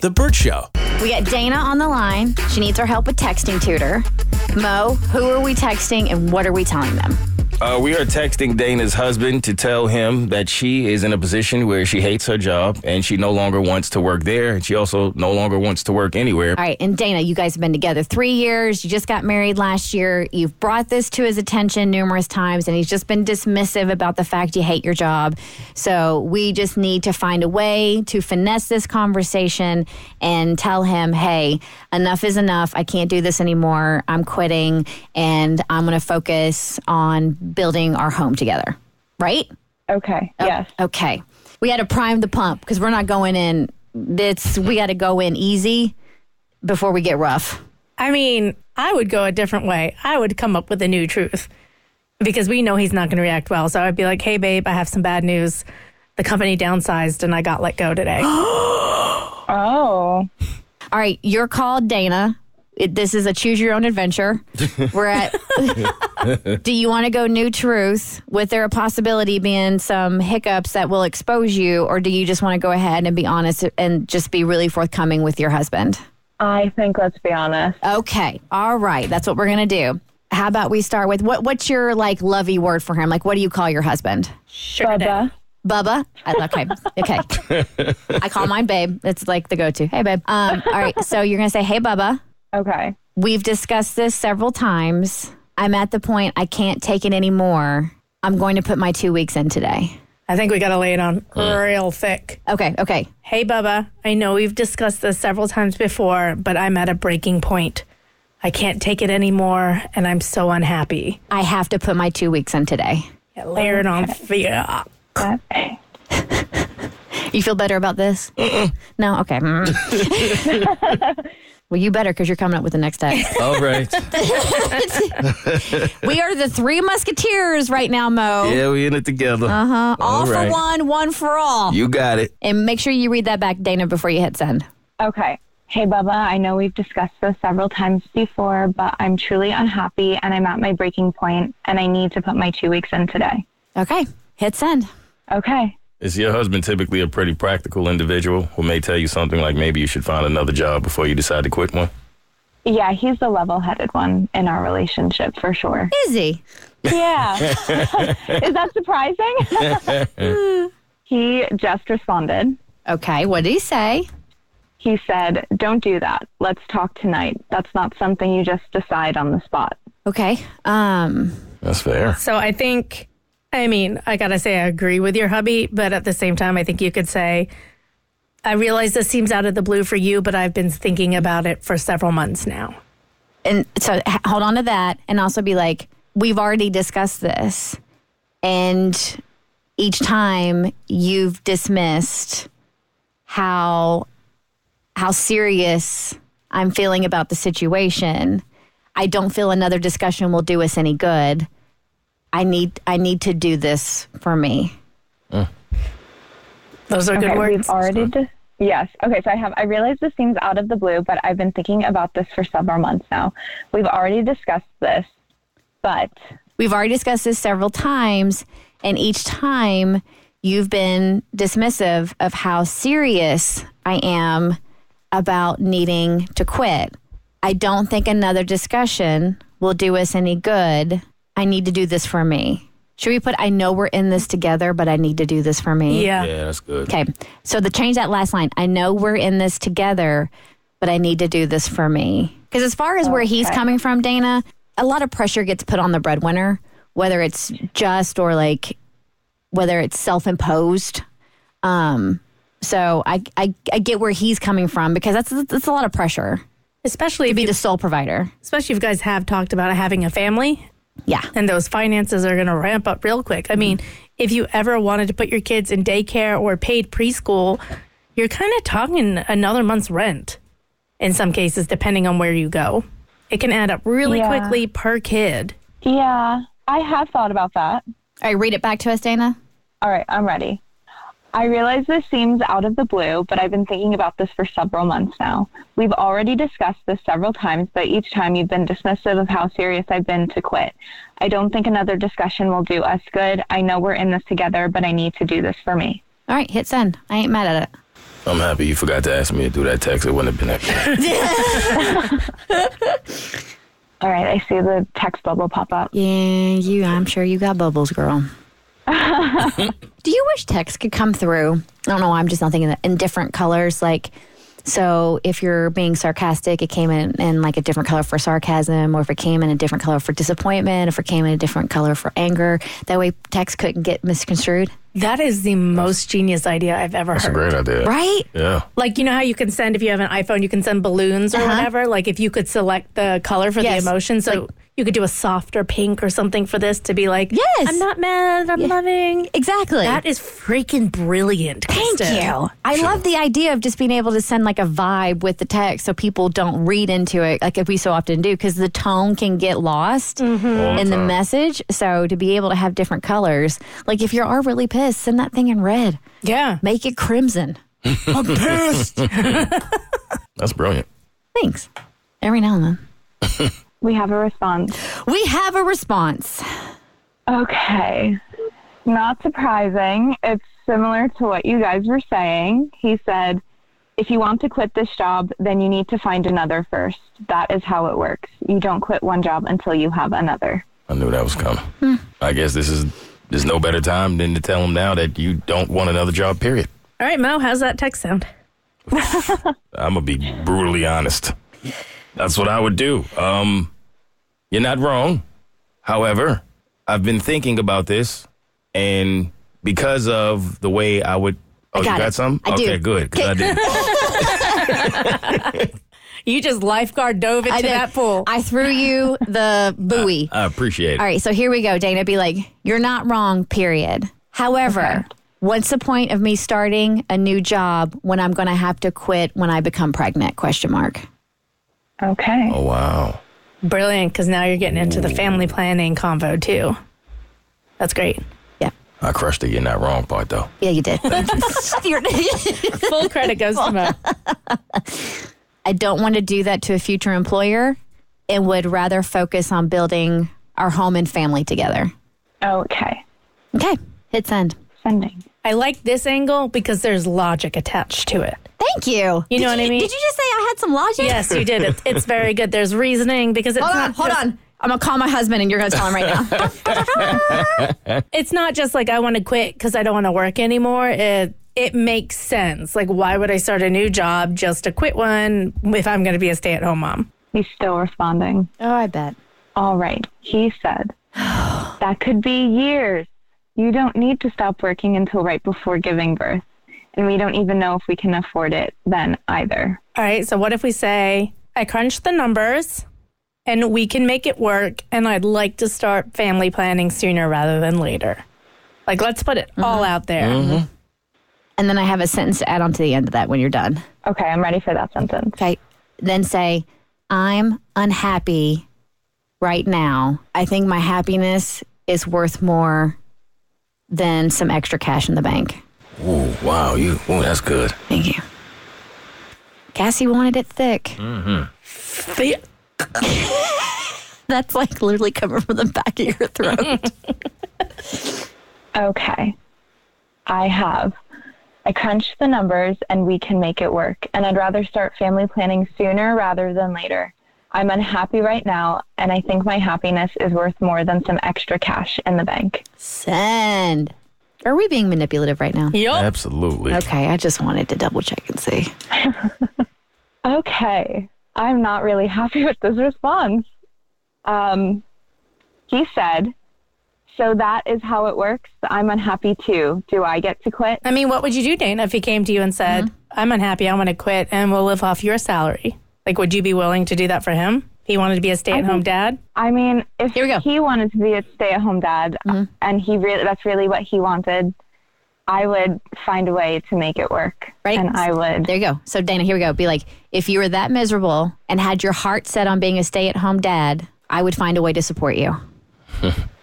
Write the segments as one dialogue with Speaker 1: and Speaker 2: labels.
Speaker 1: The Burt Show.
Speaker 2: We got Dana on the line. She needs our help with texting tutor. Mo, who are we texting and what are we telling them?
Speaker 3: Uh, we are texting Dana's husband to tell him that she is in a position where she hates her job and she no longer wants to work there, and she also no longer wants to work anywhere.
Speaker 2: All right, and Dana, you guys have been together three years. You just got married last year. You've brought this to his attention numerous times, and he's just been dismissive about the fact you hate your job. So we just need to find a way to finesse this conversation and tell him, hey, enough is enough. I can't do this anymore. I'm quitting, and I'm going to focus on building our home together. Right?
Speaker 4: Okay. Yes.
Speaker 2: Okay. We had to prime the pump because we're not going in. It's we got to go in easy before we get rough.
Speaker 5: I mean, I would go a different way. I would come up with a new truth because we know he's not going to react well. So I'd be like, hey, babe, I have some bad news. The company downsized and I got let go today.
Speaker 4: Oh.
Speaker 2: All right, you're called Dana. It, this is a choose your own adventure. We're at. do you want to go new truth with there a possibility being some hiccups that will expose you, or do you just want to go ahead and be honest and just be really forthcoming with your husband?
Speaker 4: I think let's be honest.
Speaker 2: Okay. All right. That's what we're gonna do. How about we start with what? What's your like lovey word for him? Like, what do you call your husband?
Speaker 5: Sure did.
Speaker 4: Bubba.
Speaker 2: Bubba. I, okay. Okay. I call mine babe. It's like the go-to. Hey babe. Um, all right. So you're gonna say, hey Bubba.
Speaker 4: Okay.
Speaker 2: We've discussed this several times. I'm at the point I can't take it anymore. I'm going to put my two weeks in today.
Speaker 5: I think we got to lay it on real thick.
Speaker 2: Okay. Okay.
Speaker 5: Hey, Bubba, I know we've discussed this several times before, but I'm at a breaking point. I can't take it anymore, and I'm so unhappy.
Speaker 2: I have to put my two weeks in today.
Speaker 5: Yeah, layer it on thick.
Speaker 4: Okay.
Speaker 2: You feel better about this? No? Okay. Mm. well, you better because you're coming up with the next text.
Speaker 3: All right.
Speaker 2: we are the three musketeers right now, Mo.
Speaker 3: yeah, we in it together.
Speaker 2: Uh-huh. All,
Speaker 3: All right.
Speaker 2: for one, one for all.
Speaker 3: You got it.
Speaker 2: and make sure you read that back, Dana, before you hit send.
Speaker 4: Okay. Hey, Bubba, I know we've discussed this several times before, but I'm truly unhappy and I'm at my breaking point and I need to put my two weeks in today.
Speaker 2: Okay. Hit send.
Speaker 4: Okay.
Speaker 3: Is your husband typically a pretty practical individual who may tell you something like maybe you should find another job before you decide to quit one?
Speaker 4: Yeah, he's the level headed one in our relationship for sure.
Speaker 2: Busy.
Speaker 4: Yeah. Is that surprising? he just responded.
Speaker 2: Okay. What did he say?
Speaker 4: He said, Don't do that. Let's talk tonight. That's not something you just decide on the spot.
Speaker 2: Okay. Um,
Speaker 3: That's fair.
Speaker 5: So I think, I mean, I gotta say, I agree with your hubby, but at the same time, I think you could say, I realize this seems out of the blue for you, but I've been thinking about it for several months now.
Speaker 2: and so h- hold on to that and also be like we've already discussed this and each time you've dismissed how how serious i'm feeling about the situation i don't feel another discussion will do us any good i need i need to do this for me
Speaker 5: Those are good
Speaker 4: okay,
Speaker 5: words.
Speaker 4: We've already dis- yes. Okay, so I have I realize this seems out of the blue, but I've been thinking about this for several months now. We've already discussed this, but
Speaker 2: We've already discussed this several times, and each time you've been dismissive of how serious I am about needing to quit. I don't think another discussion will do us any good. I need to do this for me. Should we put, I know we're in this together, but I need to do this for me?
Speaker 5: yeah.
Speaker 3: Yeah, that's good.
Speaker 2: Okay. So the change that last line. I know we're in this together, but I need to do this for me. Because as far as where he's coming from, Dana, a lot of pressure gets put on the breadwinner, whether it's just or like whether it's self-imposed. Um, so I, I I get where he's coming from because that's that's a lot of pressure
Speaker 5: Especially
Speaker 2: to
Speaker 5: if
Speaker 2: be
Speaker 5: you,
Speaker 2: the sole provider.
Speaker 5: especially if you guys have talked about having a family
Speaker 2: Yeah.
Speaker 5: and those finances are going to ramp up real quick. I mean, if you ever wanted to put your kids in daycare or paid preschool, you're kind of talking another month's rent in some cases, depending on where you go. It can add up really
Speaker 4: Yeah.
Speaker 5: quickly per kid.
Speaker 4: yeah, I have thought about that.
Speaker 2: All right. Read it back to us, Dana.
Speaker 4: All right, I'm ready. I realize this seems out of the blue, but I've been thinking about this for several months now. We've already discussed this several times, but each time you've been dismissive of how serious I've been to quit. I don't think another discussion will do us good. I know we're in this together, but I need to do this for me.
Speaker 2: All right. Hit send. I ain't mad at it.
Speaker 3: I'm happy you forgot to ask me to do that text. It wouldn't have been that.
Speaker 4: All right, I see the text bubble pop up.
Speaker 2: Yeah, you. I'm sure you got bubbles, girl. Do you wish texts could come through? I don't know. I'm just not thinking that in different colors. Like, so if you're being sarcastic, it came in in like a different color for sarcasm, or if it came in a different color for disappointment, if it came in a different color for anger. That way, text couldn't get misconstrued,
Speaker 5: That is the most genius idea I've ever
Speaker 3: That's a
Speaker 5: heard.
Speaker 3: great idea.
Speaker 2: right?
Speaker 3: Yeah.
Speaker 5: Like you know how you can send if you have an iPhone, you can send balloons or whatever. Like if you could select the color for
Speaker 2: Yes.
Speaker 5: the emotion, so you could do a softer pink or something for this to be like,
Speaker 2: Yes.
Speaker 5: I'm not mad, I'm loving.
Speaker 2: Exactly.
Speaker 5: That is freaking brilliant.
Speaker 2: Thank
Speaker 5: Kristen.
Speaker 2: you. I love the idea of just being able to send like a vibe with the text so people don't read into it like we so often do because the tone can get lost
Speaker 3: All
Speaker 2: in the
Speaker 3: time.
Speaker 2: message. So to be able to have different colors, like if you are really pissed, send that thing in red,
Speaker 5: Yeah.
Speaker 2: make it crimson.
Speaker 5: I'm pissed.
Speaker 3: That's brilliant.
Speaker 2: Thanks. Every now and then.
Speaker 4: We have a response.
Speaker 2: We have a response.
Speaker 4: Okay. Not surprising. It's similar to what you guys were saying. He said, if you want to quit this job, then you need to find another first. That is how it works. You don't quit one job until you have another.
Speaker 3: I knew that was coming.
Speaker 2: Hmm.
Speaker 3: I guess this is there's no better time than to tell him now that you don't want another job. Period.
Speaker 5: All right, Mo, how's that text sound?
Speaker 3: I'm gonna be brutally honest. That's what I would do. Um, you're not wrong. However, I've been thinking about this, and because of the way I would. Oh,
Speaker 2: got
Speaker 3: you got
Speaker 2: it.
Speaker 3: some?
Speaker 2: I do.
Speaker 3: okay, good. 'cause I did.
Speaker 5: You just lifeguard dove into
Speaker 2: did-
Speaker 5: that pool.
Speaker 2: I threw you the buoy.
Speaker 3: I appreciate it.
Speaker 2: All right, so here we go. Dana be like, you're not wrong, period. However, what's the point of me starting a new job when I'm going to have to quit when I become pregnant? Question mark.
Speaker 4: Okay.
Speaker 3: Oh wow.
Speaker 5: Brilliant, because now you're getting into the family planning convo too. That's great.
Speaker 2: Yeah.
Speaker 3: I crushed it. You're not wrong part though.
Speaker 2: Yeah, you did. You're-
Speaker 5: Full credit goes to Mo.
Speaker 2: I don't want to do that to a future employer and would rather focus on building our home and family together.
Speaker 4: Okay.
Speaker 2: Okay, hit send.
Speaker 4: Sending.
Speaker 5: I like this angle because there's logic attached to it.
Speaker 2: Thank you.
Speaker 5: You
Speaker 2: Did
Speaker 5: know what I mean?
Speaker 2: Did you just say I had some logic?
Speaker 5: Yes, you did. It's, it's very good. There's reasoning because it's
Speaker 2: Hold
Speaker 5: not
Speaker 2: on, hold
Speaker 5: just,
Speaker 2: on. I'm going to call my husband and you're going to tell him right now.
Speaker 5: It's not just like I want to quit because I don't want to work anymore. It it makes sense. Like why would I start a new job just to quit one if I'm going to be a stay-at-home mom?
Speaker 4: He's still responding.
Speaker 2: oh, I bet.
Speaker 4: All right. He said, that could be years. You don't need to stop working until right before giving birth. And we don't even know if we can afford it then either.
Speaker 5: All right. So what if we say I crunched the numbers and we can make it work and I'd like to start family planning sooner rather than later. Like let's put it
Speaker 2: Mm-hmm.
Speaker 5: all out there.
Speaker 2: And then I have a sentence to add on to the end of that when you're done.
Speaker 4: Okay, I'm ready for that sentence.
Speaker 2: Okay. Then say, I'm unhappy right now. I think my happiness is worth more than some extra cash in the bank.
Speaker 3: Ooh, wow. You. Ooh, that's good.
Speaker 2: Thank you. Cassie wanted it thick.
Speaker 5: The-
Speaker 2: That's like literally coming from the back of your throat.
Speaker 4: Okay. I have. I crunched the numbers and we can make it work. And I'd rather start family planning sooner rather than later. I'm unhappy right now, and I think my happiness is worth more than some extra cash in the bank.
Speaker 2: Send. Are we being manipulative right now?
Speaker 5: yup.
Speaker 3: Absolutely.
Speaker 2: Okay, I just wanted to double check and see.
Speaker 4: Okay, I'm not really happy with this response. Um, he said, So that is how it works. I'm unhappy too. Do I get to quit?
Speaker 5: I mean, what would you do, Dana, if he came to you and said, I'm unhappy, I want to quit, and we'll live off your salary? Like, would you be willing to do that for him? He wanted to be a stay at home dad?
Speaker 4: I mean, if
Speaker 2: Here we go. Mm-hmm.
Speaker 4: he wanted to be a stay at home dad uh, and he really that's really what he wanted, I would find a way to make it work.
Speaker 2: Right.
Speaker 4: And I would.
Speaker 2: There you go. So Dana, here we go. Be like, if you were that miserable and had your heart set on being a stay-at-home dad, I would find a way to support you.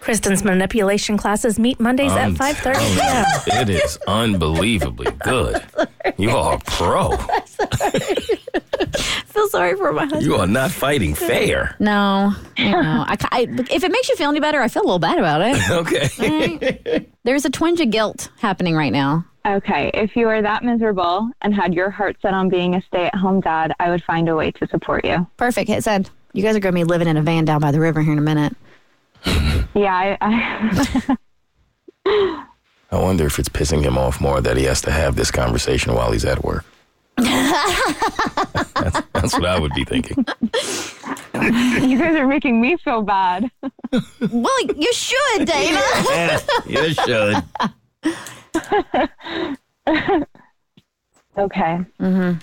Speaker 5: Kristen's manipulation classes meet Mondays
Speaker 3: I'm
Speaker 5: at 5.30
Speaker 3: telling you,
Speaker 5: p.m.
Speaker 3: It is unbelievably good. You are a pro.
Speaker 2: Feel sorry for my husband.
Speaker 3: You are not fighting fair.
Speaker 2: No, you know, I, ca- I- if it makes you feel any better, I feel a little bad about it.
Speaker 3: Okay.
Speaker 2: There's a twinge of guilt happening right now.
Speaker 4: Okay, if you were that miserable and had your heart set on being a stay at home dad, I would find a way to support you.
Speaker 2: Perfect. It said, you guys are going to be living in a van down by the river here in a minute.
Speaker 4: Yeah, I, I,
Speaker 3: I wonder if it's pissing him off more that he has to have this conversation while he's at work. that's, that's what I would be thinking.
Speaker 4: you guys are making me feel bad.
Speaker 2: Well, you should, Dana.
Speaker 3: you should.
Speaker 4: Okay. Mm-hmm.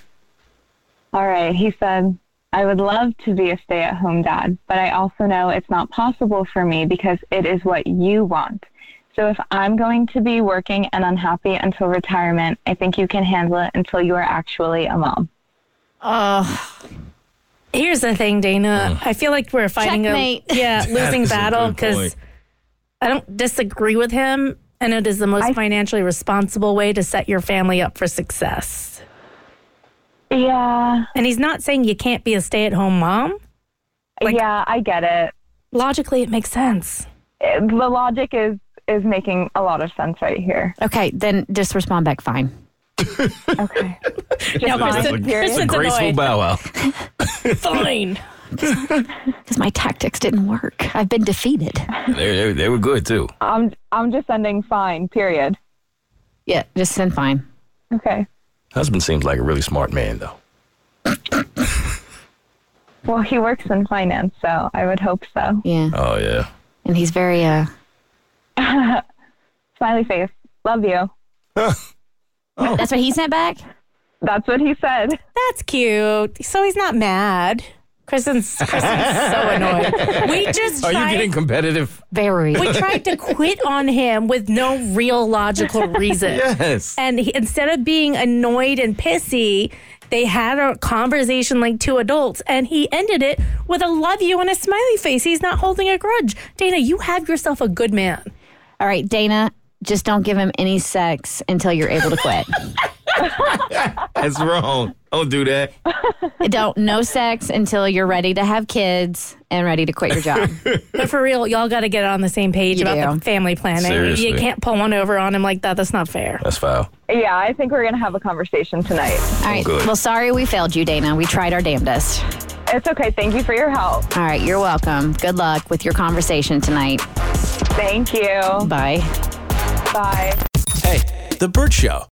Speaker 4: All right. He said, I would love to be a stay at home dad, but I also know it's not possible for me because it is what you want. So if I'm going to be working and unhappy until retirement, I think you can handle it until you are actually a mom.
Speaker 5: Here's the thing, Dana. I feel like we're fighting
Speaker 2: Checkmate.
Speaker 5: a yeah losing
Speaker 3: That's a
Speaker 5: battle
Speaker 3: good
Speaker 5: because
Speaker 3: point.
Speaker 5: I don't disagree with him, and it is the most financially responsible way to set your family up for success.
Speaker 4: Yeah.
Speaker 5: And he's not saying you can't be a stay-at-home mom. Like-
Speaker 4: yeah, I get it.
Speaker 5: Logically, it makes sense.
Speaker 4: it. The logic is is making a lot of sense right here.
Speaker 2: Okay, then just respond back fine.
Speaker 4: Okay. Just
Speaker 5: No,
Speaker 4: fine.
Speaker 5: Kristen-
Speaker 4: Period.
Speaker 5: Kristen- It's
Speaker 3: graceful
Speaker 5: annoyed.
Speaker 3: bow wow.
Speaker 5: Fine.
Speaker 2: Because my tactics didn't work. I've been defeated.
Speaker 3: They, they, they were good too.
Speaker 4: I'm I'm just sending fine. Period.
Speaker 2: Yeah, just send fine.
Speaker 4: Okay.
Speaker 3: Husband seems like a really smart man though.
Speaker 4: Well, he works in finance, so I would hope so.
Speaker 2: Yeah.
Speaker 3: Oh yeah.
Speaker 2: And he's very, uh,
Speaker 4: Smiley face. Love you.
Speaker 2: that's what he sent back?
Speaker 4: That's what he said.
Speaker 5: That's cute. So he's not mad. Kristen's, Kristen's so annoyed. We just
Speaker 3: Are you
Speaker 5: tried-
Speaker 3: getting competitive?
Speaker 2: Very.
Speaker 5: we tried to quit on him with no real logical reason.
Speaker 3: Yes.
Speaker 5: And he, instead of being annoyed and pissy, they had a conversation like two adults, and he ended it with a love you and a smiley face. He's not holding a grudge. Dana, you have yourself a good man.
Speaker 2: All right, Dana, just don't give him any sex until you're able to quit.
Speaker 3: That's wrong. Don't do that.
Speaker 2: don't, no sex until you're ready to have kids and ready to quit your job.
Speaker 5: But for real, y'all got to get on the same page
Speaker 2: You
Speaker 5: about
Speaker 2: do.
Speaker 5: the family planning.
Speaker 3: Seriously.
Speaker 5: You can't pull one over on him like that. That's not fair.
Speaker 3: That's foul.
Speaker 4: Yeah, I think we're gonna have a conversation tonight.
Speaker 2: All right.
Speaker 3: good.
Speaker 2: Well, sorry we failed you, Dana. We tried our damnedest.
Speaker 4: It's okay. Thank you for your help.
Speaker 2: All right, you're welcome. Good luck with your conversation tonight.
Speaker 4: Thank you.
Speaker 2: Bye.
Speaker 4: Bye.
Speaker 1: Hey, The Burt Show